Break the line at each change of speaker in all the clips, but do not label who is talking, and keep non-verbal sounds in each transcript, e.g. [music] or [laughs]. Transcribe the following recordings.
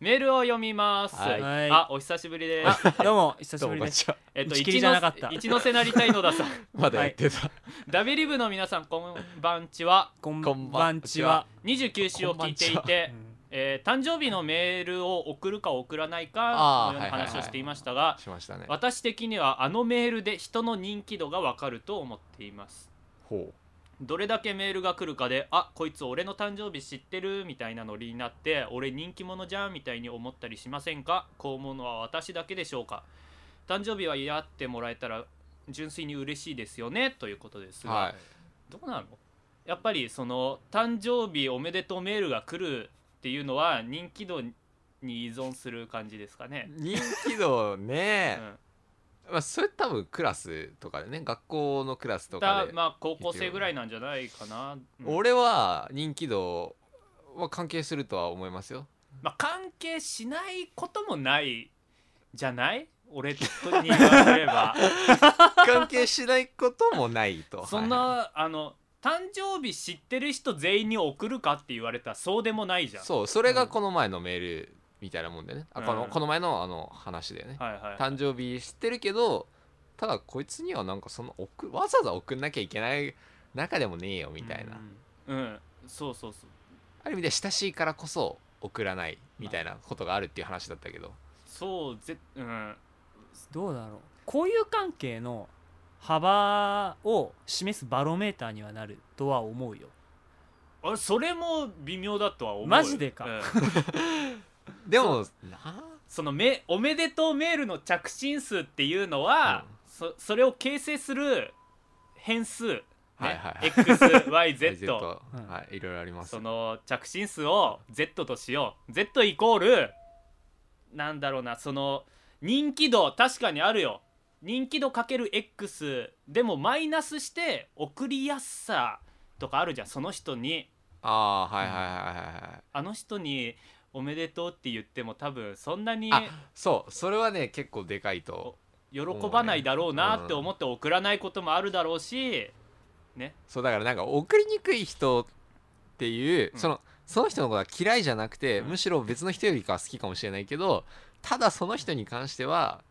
メールを読みます、
はい
あお久しぶりです
あどうも久し
どう
ぶ
もこん
りで
に
す
ちは
えっと
打ち切りじゃなかった
一ノ瀬なりたい野田さん [laughs]
まだやってた、
ダビリブの皆さんこんばんちは
こん
こんば
ば
ん
ん
ち
ち
は
は
29週を聞いてい
こんばんち
て、えー誕生日のメールを送るか送らないか
あ
の
ー
ような
はいはいはい
話をしていましたが
しましたね
私的にはあのメールで人の人気度がわかると思っています
ほ
どれだけメールが来るかであこいつ俺の誕生日知ってるみたいなノリになって俺人気者じゃんみたいに思ったりしませんかこう思うのは私だけでしょうか誕生日はやってもらえたら純粋に嬉しいですよねということです
う
が、
はい
どうなのやっぱりその誕生日おめでとうメールが来るっていうのは人気度に依存する感じですかね、
人気度
う
ね、
ん、
まあ、それ多分クラスとかでね学校のクラスとか
だ
で、
まあ高校生ぐらいなんじゃないかな、うん
俺は人気度は関係するとは思います [laughs] よ
まあ、関係しないこともないじゃない俺とに言わせれ
[laughs]
ば
関係しないこともないと
そん
はいは
なあの誕生日知ってる人全員に送るかって言われたらそうでもないじゃ
い
ん
そうそれがこの前のメールみたいなもんでね、あこ
う
の
ん
この前のあの話でね、
はいはい
誕生日知ってるけどただこいつにはなんかその送わざわざ送んなきゃいけない中でもねえよみたいな、
うん、うんそうそうそう
ある意味で親しいからこそ送らないみたいなことがあるっていう話だったけど、
そうぜうん
どうだろう交友関係の幅を示すバロメーターにはなるとは思うよ
あれそれも微妙だとは思うよ
マジでか
うん
でもな
そのめおめでとうメールの着信数っていうのは、そそれを形成する変数、ね
はいはい [laughs]
XYZ
うん
はいいろいろあります
その着信数を Z としよう Z イコールなんだろうなその人気度確かにあるよ人気度かける x でもマイナスして送りやすさとかあるじゃんその人に
ああはいはいはいはいはい
あの人におめでとうって言っても多分そんなに
あそうそれはね結構でかいと
喜ばないだろうなって思って送らないこともあるだろうしね
そうだからなんか送りにくい人っていう、
うん
そのその人のことは嫌いじゃなくて、
うん
むしろ別の人よりかは好きかもしれないけどただその人に関しては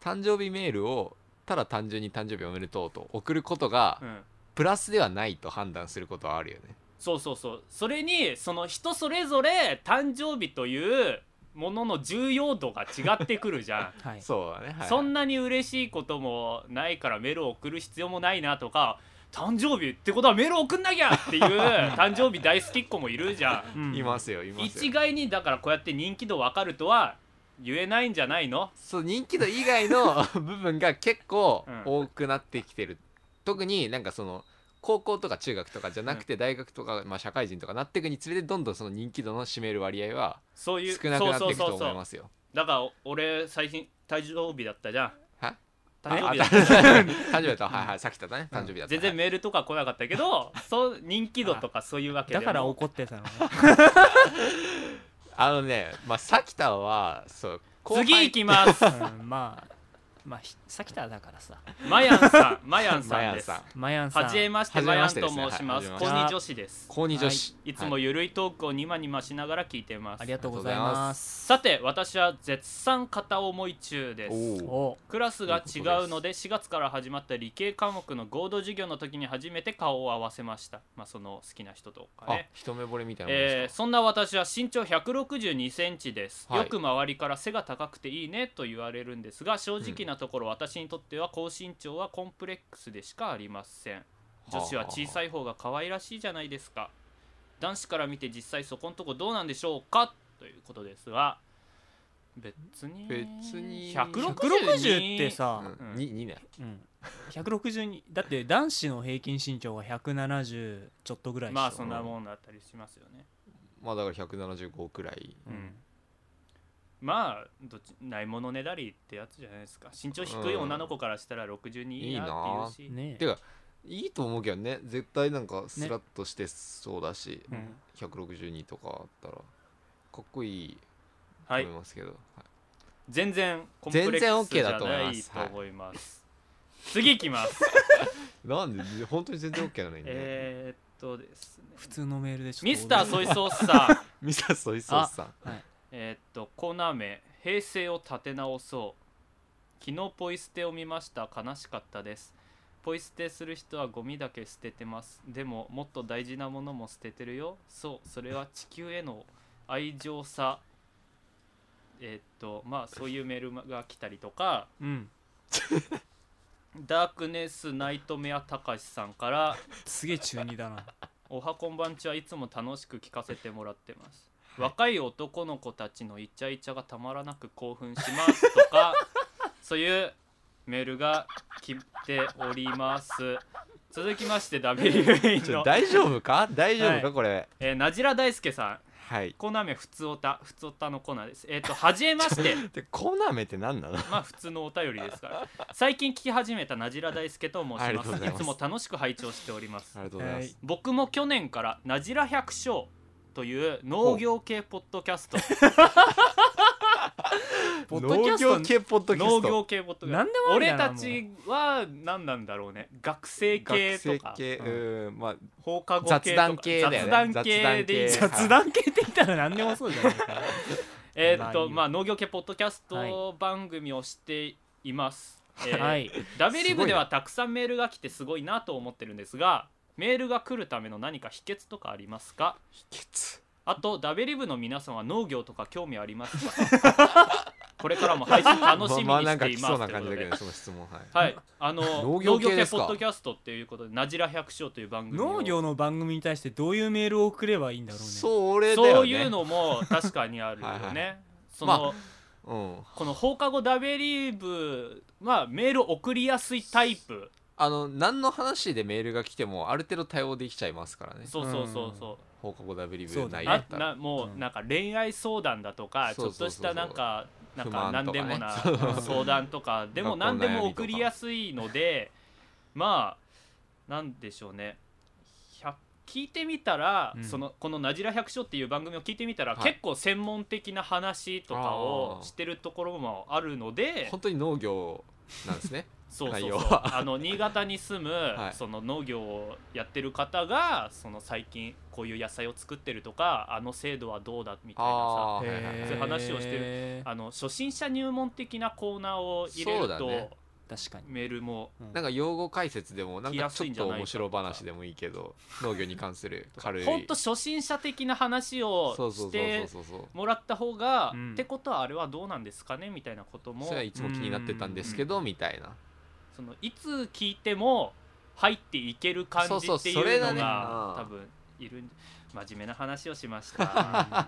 誕生日メールをただ単純に誕生日おめでとうと送ることが
うん
プラスではないと判断することはあるよね。
そうそうそうそれにその人それぞれ誕生日というものの重要度が違ってくるじゃ
はい
そうだ [laughs] ね、はいは
ん
い
そんなに嬉しいこともないからメールを送る必要もないなとか誕生日ってことはメール送んなきゃっていう
[laughs]
誕生日大好きっ子もいるじゃん
うん
いますよいます
一
よ。
概にだからこうやって人気度分かるとは言えないんじゃないの
そう人気度以
[laughs]
外の部分が結構
うん
多くなってきてる、特になんかその高校とか中学とかじゃなくて大学とか、まあ、社会人とかなっていくにつれてどんどんその人気度の占める割合は
そういう
少なくなっていく
そう
と
そうそうそ
思いうます [laughs] よ。
だからお俺最近誕生日だったじゃん
は
誕
あ
生日だ
誕
っ
生
た
日だったはいはいさっきだったね誕生日だった
全然メールとか来なかったけ
[laughs]
どそう人気度とかそういうわけで
だから
も
怒ってたのね
あのねまあさきたはそう後輩
次行きます
うんまあまあひさきただからさ
マヤンさんマヤン
ま
さん
や
です
さん
は
まやんさん
じめまして
はじ
マヤ
めま
ン
して
と
ですね
申します
はい
高二女子です
高二女子
いつもゆるいトークをにまにましながら聞いています
ありがとうございます
さて私は絶賛片思い中です
おお
お
クラスが違うので4月から始まった理系科目の合同授業の時に初めて顔を合わせました、まあ、その好きな人とか
あ
ね
一目惚れみたいなもん
え
で
ー
すか
そんな私は身長1 6 2センチです、
はい
よく周りから背が高くていいねと言われるんですが正直なところ私にとっては高身長はコンプレックスでしかありません女子は小さ
い
い方が可愛らしいじゃないですか男子から見て実際そこのとこどうなんでしょうかということですが別に
別に
160ってさ、
うん
二二年
うん、162だって男子の平均身長が170ちょっとぐらいでしょ
まあそんなもんだったりしますよね
まあだから175くらい
うんまあどっちないものねだりってやつじゃないですか身長低い女の子からしたら62いいなっていうし、
ね
てかいいと思うけどね絶対なんかスラッとしてそうだし
うん
162とかあったらかっこいいと
は
思い
い
ますけどはい
全然コンプレックスじゃないと思います次いきます、
なんで本当に全然 OK なのにね
えーっとですね
普通のメールでちょっと
ミスターソイソースさん
ミサソイソースさん
はい
えーっとコーナー名「平成を立て直そう」昨日ポイ捨てを見ました悲しかったですポイ捨てする人はゴミだけ捨ててますでももっと大事なものも捨ててるよそうそれは地球への愛情さえーっとまあそういうメールが来たりとか
うん
ダークネスナイトメアたかしさんから
すげえ中二だな
「おはこんばんちはいつも楽しく聞かせてもらってます」若い男の子たちのイチャイチャがたまらなく興奮します」と
[laughs]
かそういうメールが来ております続きまして WA
ちょ
の、
大丈
[laughs]
夫か大丈夫か、
はい
これ
えー、なじら大輔さん
はい
コーナー名ふつおたふつおたのコーナーですえっ、とはじめまして
でコーナー名って何なの
まあ普通のお便りですから最近聞き始めたなじら大輔と申し
あり
ま
がとう
す
ござい
い
ます
つも楽しく拝聴しております
ありがとうございます、
僕も去年から「なじら百姓」という農業系ポッドキャスト
ポッド
農
キャスト
業系ポッドキャス
農
ト
業系ポッドキャスト
なんでもあり
俺
だな
たちは何なんだろうね学生系
学
と
生
か
系
う
うんまあ
放課後系とか
雑談系だよね
雑談系でいい
雑
じ
談
ゃん
系
雑談系って言ったら何でもそうじゃないか
[laughs] えーっとま
ま
あ農業系ポッドキャス
は
ト番組をしています、えー
[laughs] はい
ダベリブではたくさんメールが来てすごいなと思ってるんですがメールが来るための何か秘訣とかありますか
秘訣
あとダベリブの皆さんは農業とか興味ありますか
[laughs]
これからも配信楽しみに
まあまあなん
し
か
て
来
い
そう
ます
な
ということで
感じだけどねその質問はい
はい、あの
農
農
業
業
系で
系
すか
ポッドキャストっていうことで「なじら百姓」という番組を
農業の番組に対してどういうメールを送ればいいんだろうね
それだよね
そういうのも確かにあるよ
はいは
ね。その、
まうん
この放課後ダベリーブはメール送りやすいタイプ
あの何の話でメールが来てもある程度対応できちゃいますからね
そうそうそうそ
放課後ダブリブ
そうだ
う、
内容だっ
あ
たら
なも
う
うんなんか恋愛相談だとかち
そ
ょ
う
っ
そう
と
そ
し
うそ
た
う
なんかなん
不満
か
と
何
かね
でもな
そう
うん [laughs] 相談とかでも何でも送りやすいのでまあなんでしょうね100聞いてみたら、
うん
そのこの「なじら百姓」っていう番組を聞いてみたら、
はい
結構専門的な話とかをしてるところもあるので
本当に農業なんです
[laughs]
ね
そうそう
内
そ
容
う
は
あの新潟に住む、
はい
その農業をやってる方がその最近こういう野菜を作ってるとかあの制度はどうだみたいな
あーはいはい
ー
は
そういう話をしてる
る
さあの初心者入門的なコーナーを入れ
そう
る
だ
と、
ね
確かに
メールも
いなんか用語解説でもなんかちょっと面白話でもいいけど農業に関する軽い
ほんと初心者的な話を
そうそう
し
そうそう
て
そうそう
もらった方が、
うん
ってことはあれはどうなんですかねみたいなことも
それはいつも気になってたんですけどみたいな
そのいつ聞いても入っていける感じ
そうそう
っていう
それだ
の
ね
が
うん
多分いるん真面目な話をしました
[laughs]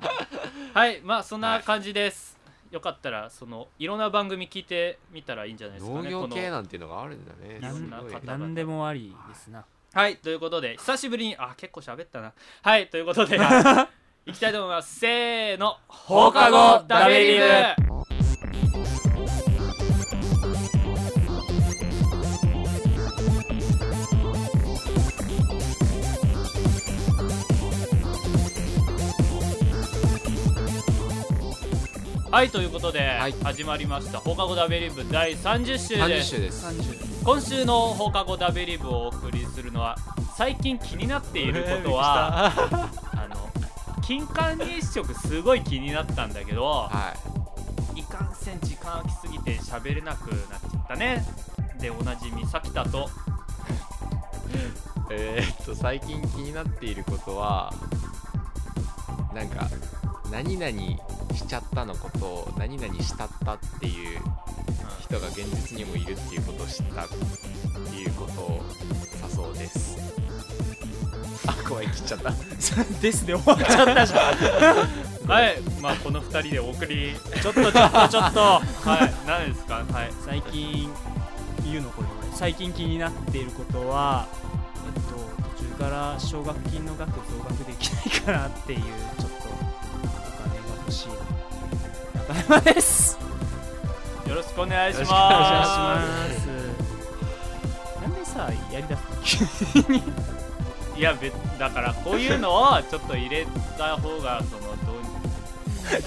はいまあそんな感じです、よかったらそのいろんな番組聞いてみたらいいんじゃないですか
農
ね
業系
この
なんていうのがあるんだね
な
ろ
す
んな
ごい
方
[laughs]
々
何でもありですな
はいということで久しぶりにあ結構喋ったなはいということで行きたいと思いますせーの
放課後ダベリブ
はいということで、
はい
始まりました放課後ダベリブ第30週で
30
す
種です
今週の放課後ダベリブをお送りするのは最近気になっていること
[laughs]
は、あの金環日食すごい気になったんだけど
はい
かんせん時間空きすぎて喋れなくなっちゃったねでおなじみさきたと
いえーっと最近気になっていることはなんか何々しちゃったのことを何々したったっていう人が現実にもいるっていうことを知ったっていうことをさそうですあ怖い切っちゃった
[laughs] ですで終わっちゃったじゃん
はいまあこの2人でお送りちょっとちょっとちょっとはい何ですかはい
[laughs] 最近言うのこれ最近気になっていることはえっと途中から奨学金の額増額できないかなっていうちょっとお金が欲しい中山です
よろしくお願いします
よろしくお願いし
すなんでさやりだすの
いや別だからこういうのをちょっと入れた方がそのどう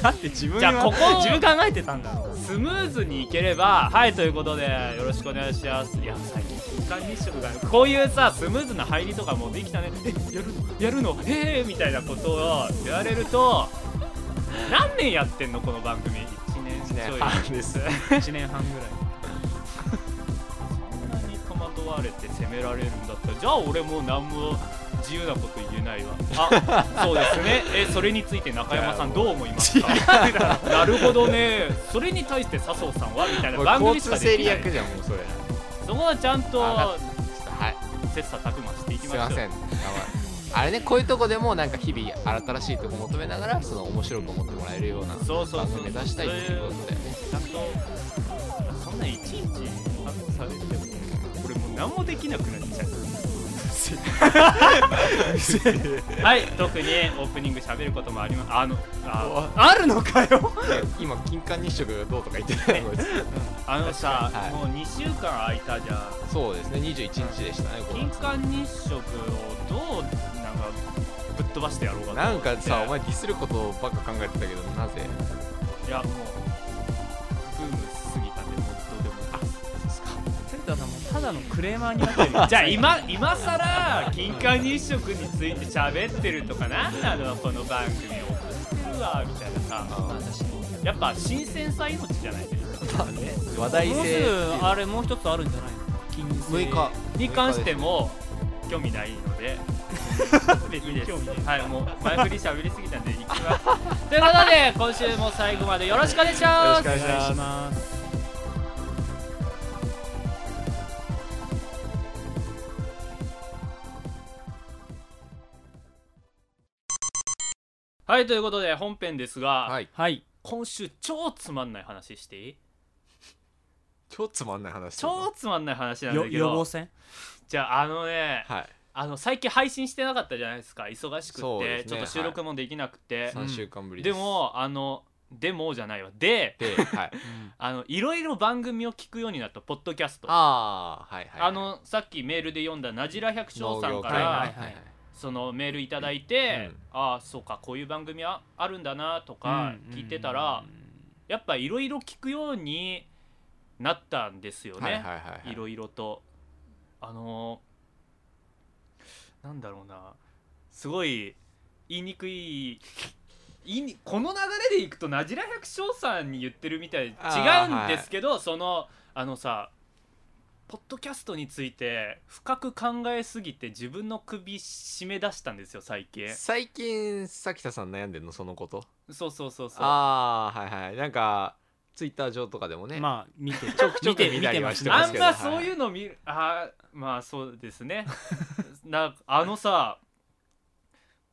だって自分
じゃあここ
自分考えてたんだろう
スムーズにいければはいということでよろしくお願いしますいや最近時間日食がこういうさスムーズな入りとかもできたねえやるやるのへえみたいなことを言われると何年やってんのこの番組1年
1
ちょい
年半です
1年半ぐらい
そんなに戸惑われて責められるんだったらじゃあ俺もう何も自由なこと言えないわ
[laughs]
あそうですねえそれについて中山さんどう思いますか
[laughs]
なるほどねそれに対して笹生さんはみたいな
もう
番組
交
しか
通
で
整
き
理
ない
役じゃんもうそれ
そこはちゃんと
あわかったちょっとはい
切磋琢磨していき
す
ま
い
しょう
ませんあのあれねこういうとこでもなんか日々新しいとこ求めながらその面白く思ってもらえるような
そうそうそう
番組目指したいっていうことだよね
ちゃんとそんないちいち反応されても俺もう何もできなくなっちゃう [laughs] はい特にオープニング喋ることもありますあのああるのかよ
ね今金環日食がどうとか言ってないもん
あのさ、
はい
もう2週間空いたじゃん
そうですね21日でしたねこれ
金環日食をどうなんかぶっ飛ばしてやろうかと思
な
っ
ん
て
かさお前ディスることばっか考えてたけどなぜ
いやもうブーム過ぎたんでもうどうでもいい
センターさんもただのクレーマーになってるよ
[laughs] じゃあ今今さら金環日食について喋ってるとか何なのこの番組を送るわみたいなさやっぱ新鮮さ命じゃないですか
まあね話題
もう
性
すぐあれもう一つあるんじゃないの金星
6日
に関しても興味ないので別に興味ないはいもう前振り喋りすぎたんで行きますということで今週も最後までよろしくお願いし
よろ
ま
しく
す
お願いしま
お願い
す
します
はいということで本編ですが、
はい
はい
今週超つまんない話していい
超つまんない話だな
超つまんない話なんだ
よ
け
予
ど
防線
じゃああのね
はい
あの最近配信してなかったじゃないですか忙しく
そう
て、
ですね
ちょっと収録もできなくて、
はい
3週間ぶり
ですもあのでもじゃないわで
で [laughs] はい
あのいろいろ番組を聞くようになったポッドキャストあ,、
ああはいはい
のさっきメールで読んだなじら百姓さんから、
農業界はい
そのメールいただいて、
うん
ああそうかこういう番組はあるんだなとか聞いてたら、やっぱいろいろ聞くようになったんですよね。
はいはいはい
いろいろとあのーなんだろうなすごい言いにくい言いにこの流れでいくとなじら百姓さんに言ってるみたい違
あー
うんですけど、そのあのさポッドキャストについて深く考えすぎて自分の首締め出したんですよ最近
最近咲田さん悩んでんのそのこと
そうそうそうそう
ああはいはいなんかツイッター上とかでもね、
まあ見てる
ちょくちょく
見て
見たりは
見
して
ま
あ
ます
ん
けど
まそういうの見る、あーまあそうですねなあのさ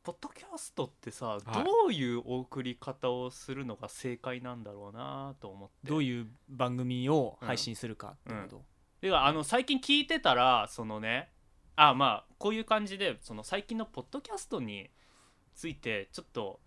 ポッドキャストってさ、
はい
どういう送り方をするのが正解なんだろうなと思って
どういう番組を配信するかってこと、
であの最近聞いてたらそのねあまあこういう感じでその最近のポッドキャストについてちょっと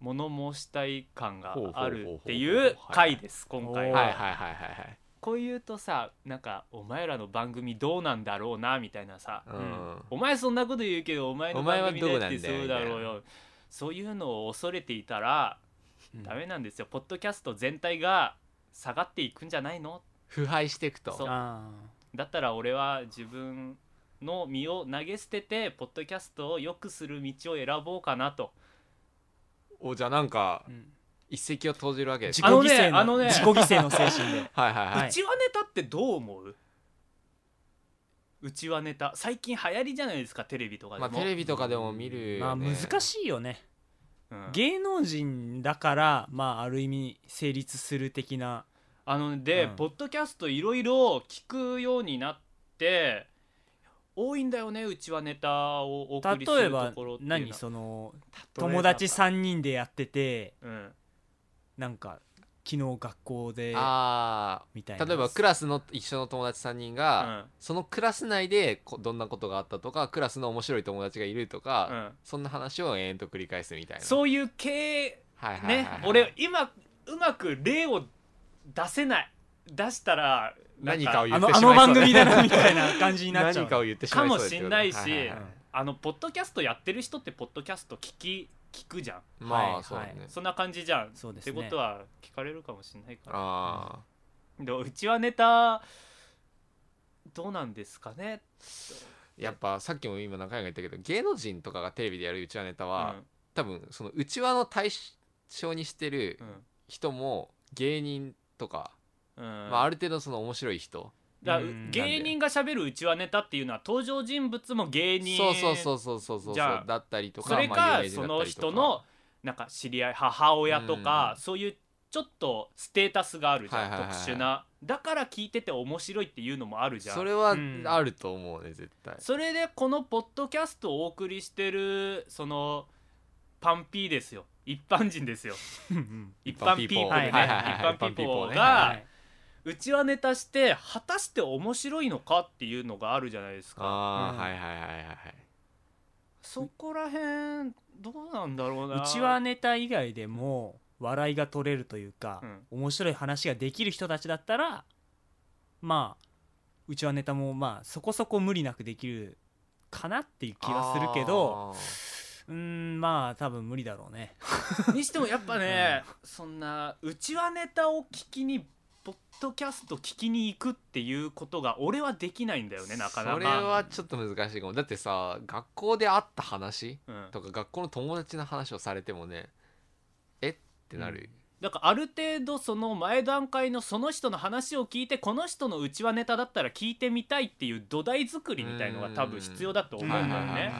物申したい感があるっていう回です
うほう
今
ほう
回
ほう
は
はいはいはいはい
こう言うとさなんかお前らの番組どうなんだろうなみたいなさ、
はい、うん
お前そんなこと言うけどお前の
お前
番
は
組だっ
どうな
て
んだよ
そうだろうよそういうのを恐れていたら
うん
ダメなんですよ、ポッドキャスト全体が下がっていくんじゃないの
腐敗していくと
そう
あ
だったら俺は自分の身を投げ捨ててポッドキャストを良くする道を選ぼうかなと
おじゃあなんか
ー、うん
一石を投じるわけです
自己
ね
あのね
犠牲の
あのね
自己犠牲の精神で
はいはいは
は
いう
い
ちわネタってどう思ううちわネタ最近流行りじゃないですかテレビとかで
ま
も、
あテレビとかでも見る
ま
よ、
あ
ね、
難しいよね
うん
芸能人だからまあある意味成立する的な
あので、
うん
ポッドキャストいろいろ聞くようになって多いんだよねうちはネタをお送りす
例え
ると
ば
ころっていうのは
何その
例えば
友達3人でやってて
うん
なんか昨日学校で
あ
みたい
あ
な
例えばクラスの一緒の友達3人
う
が、
ん
そのクラス内でこどんなことがあったとかクラスの面白い友達がいるとか、
うん
そんな話を延々と繰り返すみたいな
そういう系
はいはいはい
ね
はい
俺今うまく例を出せない出したらなん
何かを言
あ
って
の
しまい
あ
そう
の番組だなみたいな感じになっちゃう
[laughs] 何かを言ってしま
か
い
も
そうです
し
よね
んないし、
ははは
あのポッドキャストやってる人ってポッドキャスト聞き聞くじゃん
ま
は
あ
い
そうだね、
は
そんな感じじゃん、
そうで
っ
す
て
ね
ことは聞かれるかもしれないから
あ
でもうちはネタどうなんですかね、
ーやっぱさっきも今中山が言ったけど芸能人とかがテレビでやるうちわネタは、
うん
多分そのうちわの対し象にしてる
うん
人も芸人とか、
うん
まあ、ある程度その面白い人
だから
うん
芸人がしゃべるうちはネタっていうのは登場人物も芸人
そうそうそうそうそうそう
じゃあ
だったりとか
それか、
まあ有名人
そ
だった
の
りとか
人のなんか知り合い母親とか、
う
そういうちょっとステータスがあるじゃん、
はいはいはいはい
特殊なだから聞いてて面白いっていうのもあるじゃん
それは
うん
あると思うね絶対
それでこのポッドキャストをお送りしてるそのパンピーですよ一般人ですよ一般ピーポー
はい
ね一
はいはい
はい
般ピーポー
一般ピーポーねは
がうちはネタして果たして面白いのかっていうのがあるじゃないですか
ああ、
うん
はいはいはいはいはい
そこら辺どうなんだろうな
うちはネタ以外でも笑いが取れるというか、面白い話ができる人たちだったらまあうちはネタもまあそこそこ無理なくできるかなっていう気はするけど
あー
うーんまあ多分無理だろうね
にしてもやっぱね、そんなうちはネタを聞きにポッドキャスト聞きに行くっていうことが俺はできないんだよねなかなか
それはちょっと難しいかもだってさ学校で会った話
うん
とか学校の友達の話をされてもねえってなる、
だからある程度その前段階のその人の話を聞いてこの人のうちはネタだったら聞いてみたいっていう土台作りみたいのが多分必要だと思うんだよね、
はいはいはいはい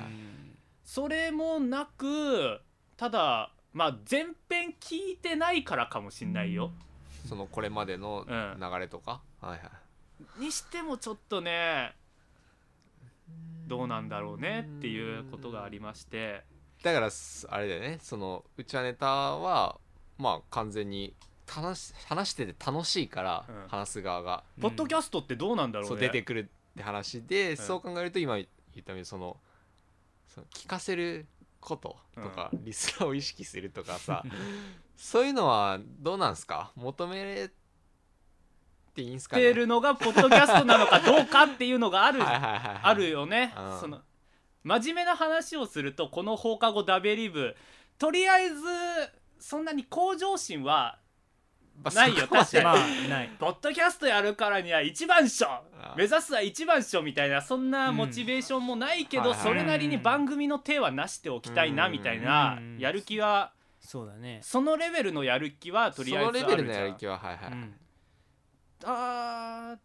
それもなくただまあ前編聞いてないからかもしんないよ
そのこれまでの
うん
流れとか、はいはい
にしてもちょっとねどうなんだろうねっていうことがありまして
だからすあれだよねそのうちはネタはまあ完全に話し話してて楽しいから、
うん
話す側が、
ポッドキャストってどうなんだろうね
そう出てくるって話で、
ん
そう考えると今言ったようにそのその聞かせることとか、リスナーを意識するとか
[laughs]
さそういうのはどうなんすか求めていいんすかね
ってるのがポッドキャストなのかどうかっていうのがある
[laughs] はいはいはいはい
あるよね、
うん
その真面目な話をするとこの放課後ダベリブとりあえずそんなに向上心は
まあ
ないよ
そこまで
確かに
まあない
ポッドキャストやるからには一番賞
[laughs] あ
目指すは一番賞みたいなそんな
うん
モチベーションもないけど、
はいはい
それなりに番組の手はなしておきたいな
うん
みたいな
うん
やる気は
そうだね、
そのレベルのやる気はとりあえずあるじゃ
そ
ん
のレベルのやる気ははいはい、
うん
あー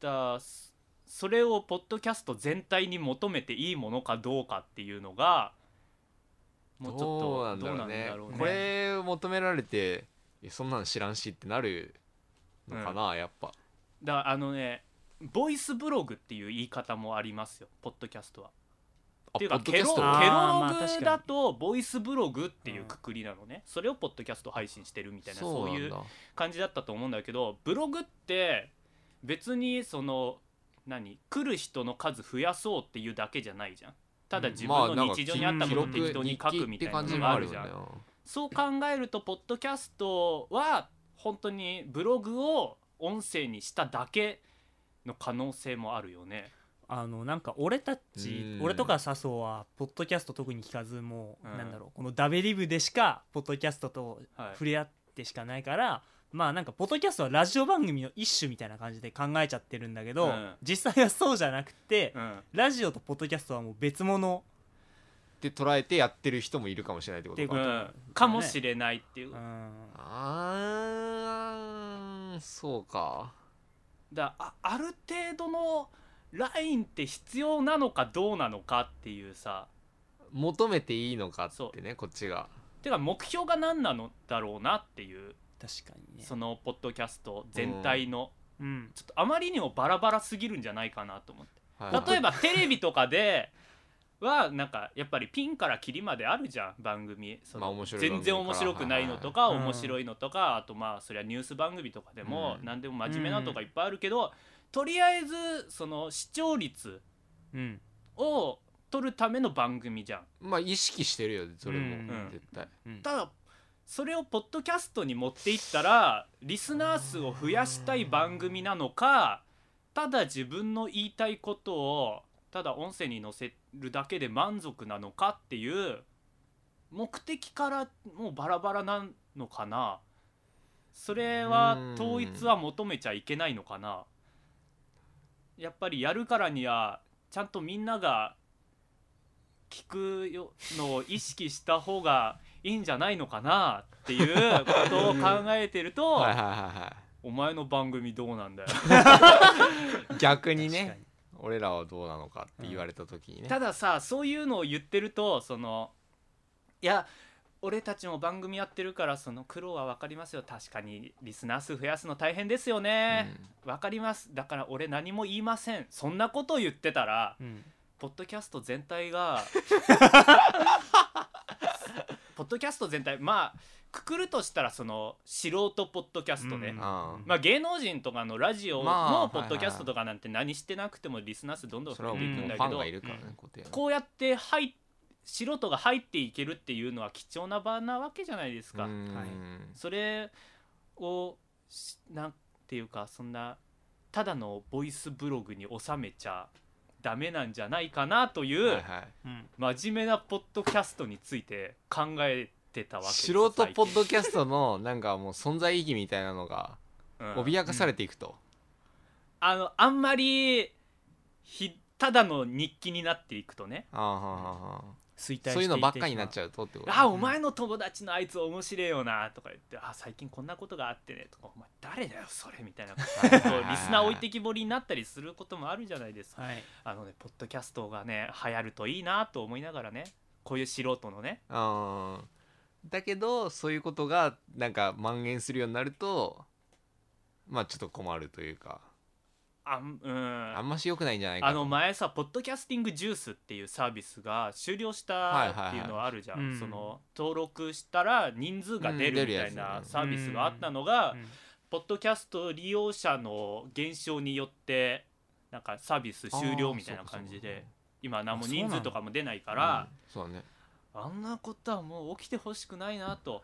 だそそれをポッドキャスト全体に求めていいものかどうかっていうのがもうちょっ
どうな
と
ん
ど
だ
うな
ろうんね
だろうね
これ求められていやそんなの知らんしってなるのかな、やっぱ
だあのねボイスブログっていう言い方もありますよポッドキャストは。っ
あ
ていう
ポ
か
ッド
ケ
キャ
ロ
ス
ケ
ト
ロ
あ
ロ
まあ確か
グ
に
だとボイスブログっていうくくりなのね、それをポッドキャスト配信してるみたいなそう
なん
いう
だ
感じだったと思うんだけどブログって別にその何来る人の数増やそうっていうだけじゃないじゃんただ自分の日常にあった
まあ
こ
な
と
ん
を
か
適当に書くみたいなのがあるじゃん
ん
そう考えるとポッドキャストは本当にブログを音声にしただけの可能性もあるよね
あのなんか俺たち
うん
俺とか笹生はポッドキャスト特に聞かずもう、
うん
なんだろうこのダベリブでしかポッドキャストと
はい
触れ合ってしかないから、まあなんかポッドキャストはラジオ番組の一種みたいな感じで考えちゃってるんだけど、
うん
実際はそうじゃなくて、
うん
ラジオとポッドキャストはもう別物
って捉えてやってる人もいるかもしれないってこ
って
と
いうこ
か
う
と
ん、かもしれないっていう、
うん
あーそうか
だあある程度のラインって必要なのかどうなのかっていうさ
求めていいのかってねこっちが
てか目標が何なのだろうなっていう
確かにね
そのポッドキャスト全体の
うん
ちょっとあまりにもバラバラすぎるんじゃないかなと思って例え
ば
ばテレビとかではなんかやっぱりピンからキリまであるじゃん番組そ
まあ
の
面白い番
全
組
然面白くないのとか
はいはいはい
面白いのとかあとまあそりゃニュース番組とかでも
うん
何でも真面目なとかいっぱいあるけどとりあえずその視聴率
うん
を取るための番組じゃん
まあ意識してるよそれも、
うん
絶対
ただそれをポッドキャストに持っていったらリスナー数を増やしたい番組なのかただ自分の言いたいことをただ音声に載せるだけで満足なのかっていう目的からもうバラバラなのかなそれは
うん
統一は求めちゃいけないのかなやっぱりやるからにはちゃんとみんなが聞くよのを意識した方がいいんじゃないのかなっていうことを考えてると、
[laughs] はいはいはいは
お前の番組どうなんだよ
い逆に
確か
ね俺らはどうなのかって言われた時に [laughs] ね、
たださそういうのを言ってるとそのいや俺たちも番組やってるからその苦労は分かりますよ確かにリスナー数増やすの大変ですよね、分かりますだから俺何も言いませんそんなことを言ってたら
に、うん
ポッドキャスト全体
[laughs]
がポッドキャスト全体まあくくるとしたらその素人ポッドキャストね、
うん
あ
まあ、芸能人とかのラジオ
まあ
のポッドキャストとかなんて何してなくてもリスナー数どんどん
そ
増
れは
え
も
ていく
う
んだ
ファ
け
ン
ど
がいるからね、
うん
固定の
こうやって入っ素人が入っていけるっていうのは貴重な場なわけじゃないですか。
うん
はい
それをしなんていうかそんなただのボイスブログに収めちゃダメなんじゃないかなという
はいはい
うん
真面目なポッドキャストについて考えてたわけです
素
よ
人ポッドキャストのなんかもう存在意義みたいなのが
最近うん
脅かされていくと、
あのあんまりひただの日記になっていくとね
ああはあはあはあ
衰退して
そういうのばっかになっ
ゃ
ちゃうとってこと
あお前の友達のあいつ面白えよなとか言ってあ最近こんなことがあってねとかお前誰だよそれみたいなこうリスナー置いてきぼりになったりすることもあるじゃないですか
はい
あのねポッドキャストがね流行るといいなと思いながらねこういう素人のね
あーだけどそういうことがなんか蔓延するようになるとまあちょっと困るというか
あんうん
あんまし良くないんじゃないか
あ
と
の前さポッドキャスティングジュースっていうサービスが終了したっていうのはあるじゃん、
はいはいはい
その登録したら人数が出るみたいなサービスがあったのが、ポッドキャスト利用者の減少によってなんかサービス終了みたいな感じ
あーそう
で
か
今何も
あそうな
人
んだ
数とかも出ないか
そう
ら
うんそうだね
あんなことはもう起きてほしくないなと、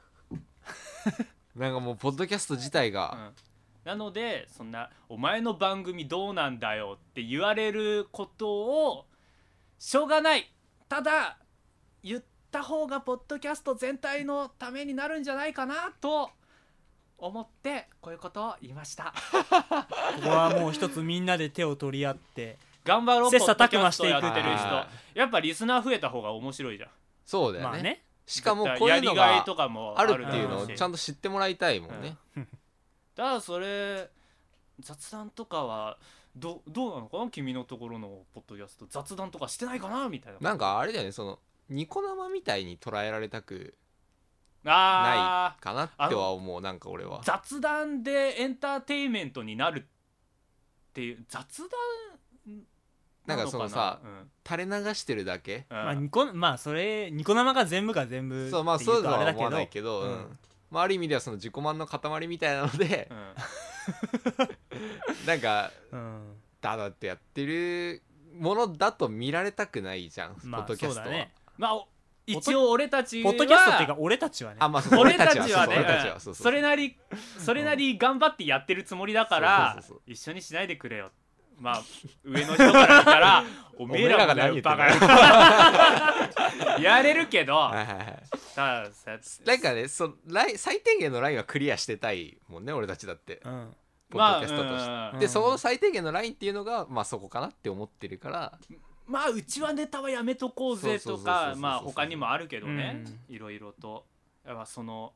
なんかもうポッドキャスト自体
う
が、
んなのでそんな「お前の番組どうなんだよ」って言われることをしょうがないただ言った方がポッドキャスト全体のためになるんじゃないかなと思ってこういうことを言いました。
ここはもう一つみんなで手を取り合って
頑張ろう
切磋琢磨していく
ポッドキャストやってる人
はい
やっぱリスナー増えた方が面白いじゃん。
そうだよね,、
まあね
しかもこういうの
やりがい
が
とかも
あるっていう
だ
のを
ろし
ちゃんと知ってもらいたいもんね、
ただそれ雑談とかはどどうなのかな君のところのポッドキャスト雑談とかしてないかなみたいな。
なんかあれだよねそのニコ生みたいに捉えられたく
あ
かなっては思うなんか俺は
ー雑談でエンターテインメントになるっていう雑談なのかな
なんかそのさ
うん
垂れ流してるだけ
うん
まあニコまあそれニコ生が全部が全部
そうまあ
ってい
そういううの
とあれ
は
だ
思わない
け
けど、
うん
うんまあ、ある意味ではその自己満の塊みたいなので
う、ん
なんか
どうん
だだってやってるものだと見られたくないじゃん、
まあ
ポッドキャストは、
そうだね
まあお一応俺たち
ポ
は
ッドキャストっていうか俺たちはね
あまあそう
俺たちは
そうそう
ね
俺たちは
うん
そうそう
それなりそれなり頑張ってやってるつもりだから
そうそうそう
一緒にしないでくれよまあ上の人から見た
[laughs]
らおめえらが何言ってんだ [laughs] やれるけど
はいはいはい
さあさ
なんかねそライン最低限のラインはクリアしてたいもんね俺たちだって
うん
ポッドキャストとして、
まあ、うん
ん
でそこの最低限のラインっていうのがまあそこかなって思ってるから
まあうちはネタはやめとこうぜ
そう
と
そうそうそうそう
か
そう
まあ他にもあるけどね、いろいろとやっぱその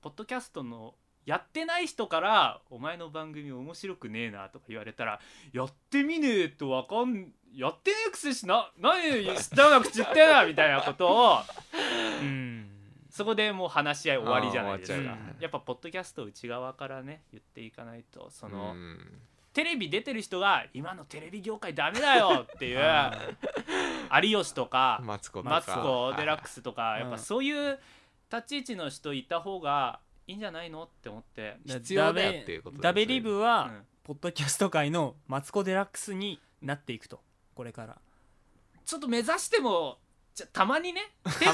ポッドキャストのやってない人から「お前の番組面白くねえな」とか言われたら「やってみねえとわかんやってねえくせしな何知ったような口言ってんな」みたいなことを
うん
そこでもう話し合い終わりじゃないです
あ
か
ー
終わっちゃう
うんやっぱポッドキャスト内側からね言っていかないとその、
うん
テレビ出てる人が「今のテレビ業界ダメだよ」っていう有吉とか
マツコとか
マツコデラック
ス
スとか
い
やっぱそういう立ち位置の人いた方がいいんじゃないのって思って、
必要だよっていうことだよ
ダベリブは、
うん
ポッドキャスト界のマツコ・デラックスになっていくとこれから
ちょっと目指してもじゃたま
[laughs]
にねて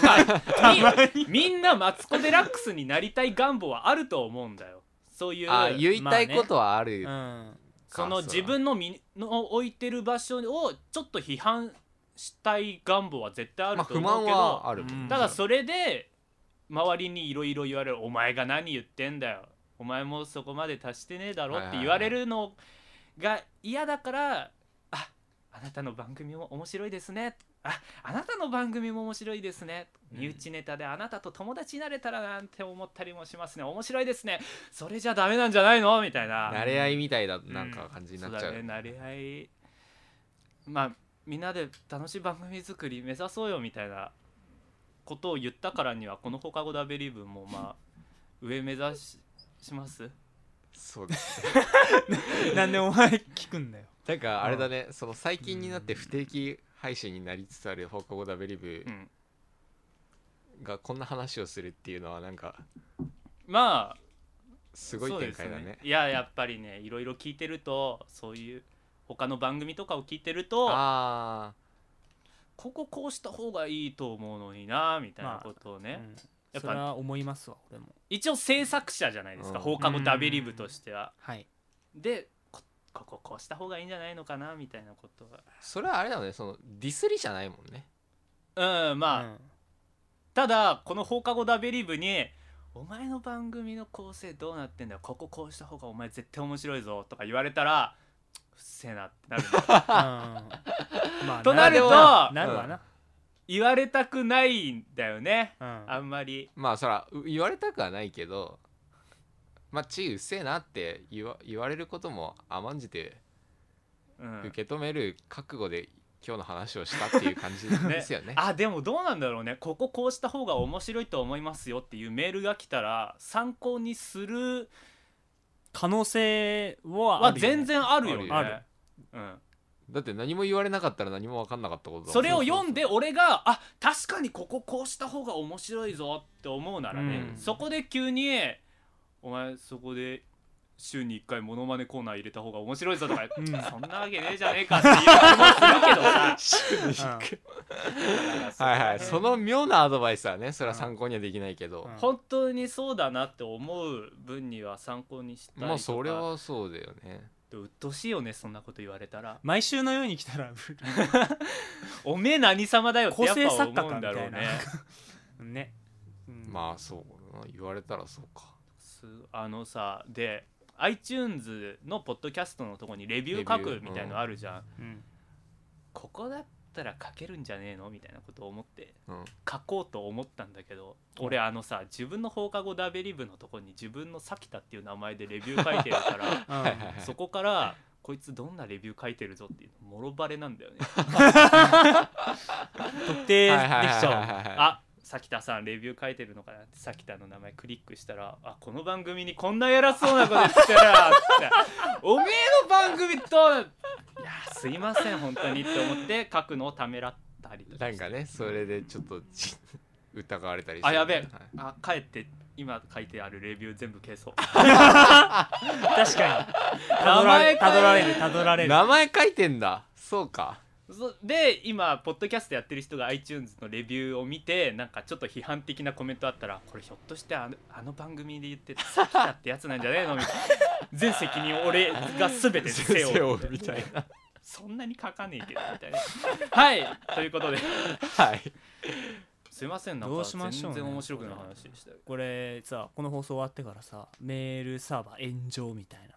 かみみんなマツコ・デラックスになりたい願望はあると思うんだよそういう
あ言いたいことはある、
うん
その自分の身の置いてる場所をちょっと批判したい願望は絶対あ
ま
る
あ
と
不
思う
満
けど、
はあるもんね、
うん
ただそれで周りにいろいろ言われる「お前が何言ってんだよお前もそこまで達してねえだろ」って言われるのが嫌だから「ああなたの番組も面白いですね」っああなたの番組も面白いですね身内ネタであなたと友達になれたらなんて思ったりもしますね面白いですねそれじゃダメなんじゃないのみたいな
慣れ合いみたいななんか感じになっちゃう,、
そうだね慣れ合いまあみんなで楽しい番組作り目指そうよみたいなことを言ったからにはこの放課後ダベリブも
[laughs]
まあ上目指しします
そう [laughs] です
なんでお前聞くんだよ
なんかあれだね、その最近になって不定期配信になりつつある放課後ダベリブ
うん
がこんな話をするっていうのはなんか
まあ
すごい
そう
展
です
開だね
いややっぱりねいろいろ聞いてるとそういう他の番組とかを聞いてると
あ
こここうした方がいいと思うのになみたいなことをね、
うん
やっぱ
それは思いますわ俺も
一応制作者じゃないですか、
うん
放課後ダベリブとしては、
はい
でここここうした方がいいんじゃないのかなみたいなこと
あそれはあれだねそのディスりじゃないもんね
はうんまあ、
うん
ただこの放課後ダベリブに「お前の番組の構成どうなってんだよこここうした方がお前絶対面白いぞ」とか言われたら「うっせえな」ってなる
[laughs]
んだよ
う
[laughs]
んまあ
となると
なるわな、
言われたくないんだよね
うん
あんまり
まあそらう言われたくはないけどまあちいうっせえなって言わ言われることも甘んじて
うん
受け止める覚悟で今日の話をしたっていう感じですよね
あでもどうなんだろうねこここうした方が面白いと思いますよっていうメールが来たら参考にする
可能性はあ
は
るよね
全然あるよね
あ
るよ
うん、
だって何も言われなかったら何も分かんなかったことだもん
それを読んで俺があ確かにこここうした方が面白いぞって思うならね、
うん
そこで急に「お前そこで週に1回モノマネコーナー入れた方が面白いぞ」とか、
うん
そんなわけねえじゃねえかっていう気もするけどさだから
はいはいその妙なアドバイスはねそれは
うん
参考にはできないけど、
うん
本当にそうだなって思う分には参考にしたりとか
まあそれはそうだよね
でも鬱陶しいよねそんなこと言われたら
毎週のように来たら
おめえ何様だよってやっ
構成
ぱ
作家
思う
か
ん
み
だ
たいな
ろうね
ね、うん
まあそう言われたらそうか
すあのさで iTunes のポッドキャストのとこにレビュー書くみたいのあるじゃん、
うん
ここだったら書けるんじゃねえのみたいなことを思って
うん
書こうと思ったんだけど俺あのさ自分の放課後ダベリブのとこに自分のサキタっていう名前でレビュー書いてるから
うん
はいはいはい
そこからこいつどんなレビュー書いてるぞっていうのもろバレなんだよね
特定できち
はいはい
ゃ
はいはい
あサキタさんレビュー書いてるのかなってサキタの名前クリックしたらあこの番組にこんな偉そうなこと言ってたらっ
[laughs]
ておめえの番組といやすいません本当にって思って書くのをためらったりとか
な
し
ん
て
かねそれでちょっとち [laughs] 疑われたり
あやべえ
はい
あ帰って今書いてあるレビュー全部消そう
う確かにた
名
どら
前
れたどられ
変え
るたどられる
名前書いてんだそうか
そで今ポッドキャストやってる人が iTunes のレビューを見てなんかちょっと批判的なコメントあったらこれひょっとしてあのあの番組で言ってたさきだってやつなんじゃねえのみたいな全責任俺が全て背負
背負
う
うみたいな
そんなに書かねえけどみたいな [laughs] はいということで
はい
すいませんなん
ど
か
うしましょう
全
ね
然面白くない話でしたよ
これさこの放送終わってからさメールサーバー炎上みたいな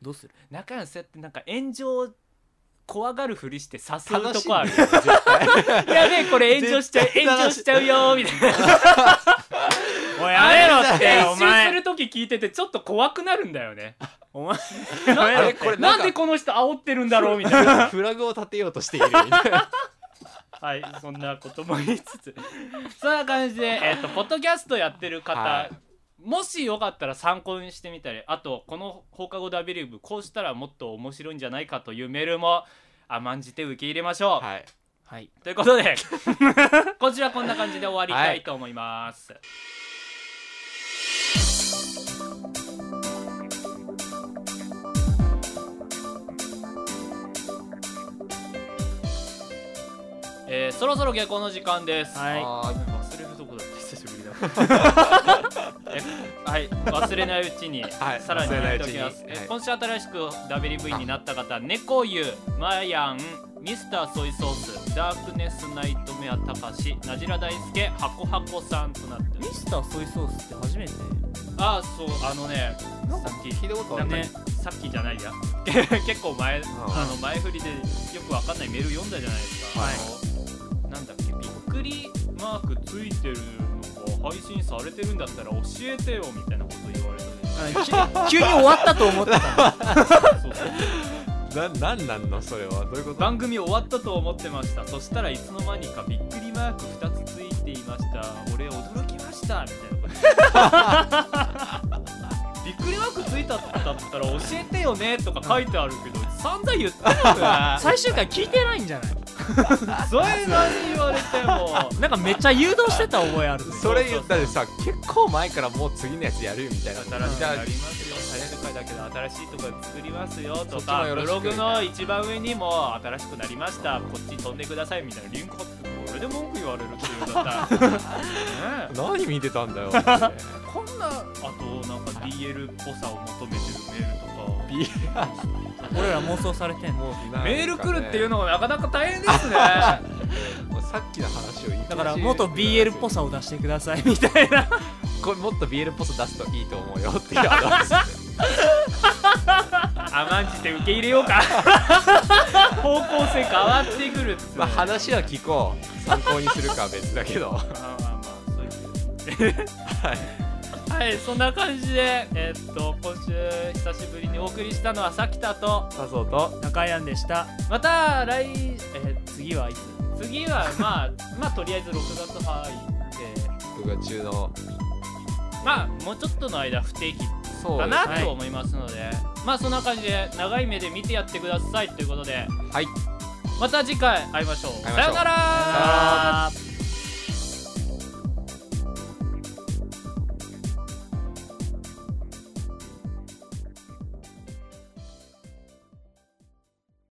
どうする
中山さんってなんか炎上怖がるふりして誘う
楽
と
しいん
こあ
だ
る
よ絶対
やべえこれ炎上しちゃう
絶対
炎上しちゃうよーみたいな
おい
や
や
め
め
ろ
ろ
っ
って
[laughs]
て
お前
お
す
前
る時聞いててちょっと怖くなるんだよね
お前
な
あ
ん
れ
で
これ
な
なんん
で
か
この人煽ってるんだろうみたいな
フラグを立てようとしているみたいな
はいそんなことも言いつ [laughs] つそんな感じで、えっとポッドキャストやってる方、
はい
もしよかったら参考にしてみたりあとこの放課後ダビリブこうしたらもっと面白いんじゃないかというメールも甘んじて受け入れましょう、
はい
はい
ということで [laughs] こちらこんな感じで終わりたいと思います、えーそろそろ下校の時間です、
はい
はーい
忘れるとこだった久しぶり
[laughs]
だえはい忘れないうちに、
はい
さらに
忘れな
や
い
っ
う
て
ち
お
に
きます、え
はい
今週新しく WV になった方猫湯マヤンミスターソイソースダークネスナイトメアたかしなじら大輔ハコハコさんとなっており
ミ
ます
スターソイソースって初めて
ああそうあのね
なんか
さっき
聞いたことあ
な
る
んか
ね
ね
さっきじゃ
[laughs]
ないや結構前、
ん
あの前振りでよくわかんないメール読んだじゃないですか、
はい
あの作りマークついてるのが配信されてるんだったら教えてよみたいなこと言われたりして
あき急に終わったと思って [laughs] た
そうそう
ななんなんのそれはどういうこと
番組終わったと思ってましたそしたらいつの間にかびっくりマーク2つついていました俺驚きましたみたいなことびっくりマークついたんだったら教えてよねとか書いてあるけど散々言ってたよね
最終回聞いてないんじゃない
それ何言われても
なんかめっちゃ誘導してた覚えある
それ言ったでさ結構前からもう次のやつやるみたいな
新しいの
じゃあ
やりますよ早い回だけど新しいとこ作りますよと
そっちも
か
よ
ブ
ろしく
ログの一番上にも新しくなりましたこっち飛んでくださいみたいなリンク貼ってこれで文句言われるっていうの
[laughs]
だったらねえ
何見てたんだよ俺
こんなあとなんか BL っぽさを求めてるメールとか
B
俺ら妄想されてんの
もうなんかね
[laughs] メール来るっていうのもなかなか大変ですね
もうさっきの話を言って
だからもっと BL っぽ
さ
さを出してくださいみたいな
これもっと BL っぽさ出すといいと思うよってい
[laughs]
う話
[laughs] 甘んじて受け入れよう [laughs] か方向性変わってくるっつう
まあ話は聞こう参考にするかは別だけど
まあまあまあそういう [laughs] はい、そんな感じでえーっと今週久しぶりにお送りしたのはさきたと
笹生と
中井やんでした
また来、えー
次はいつ
次はまあまあとりあえず6月入って
僕が中の
まあもうちょっとの間不定期
そう
か
です
なと思いますので、まあそんな感じで長い目で見てやってくださいということで
はい
また次回会いましょう
会い
さ
ましょう
よなら
さよなら
あー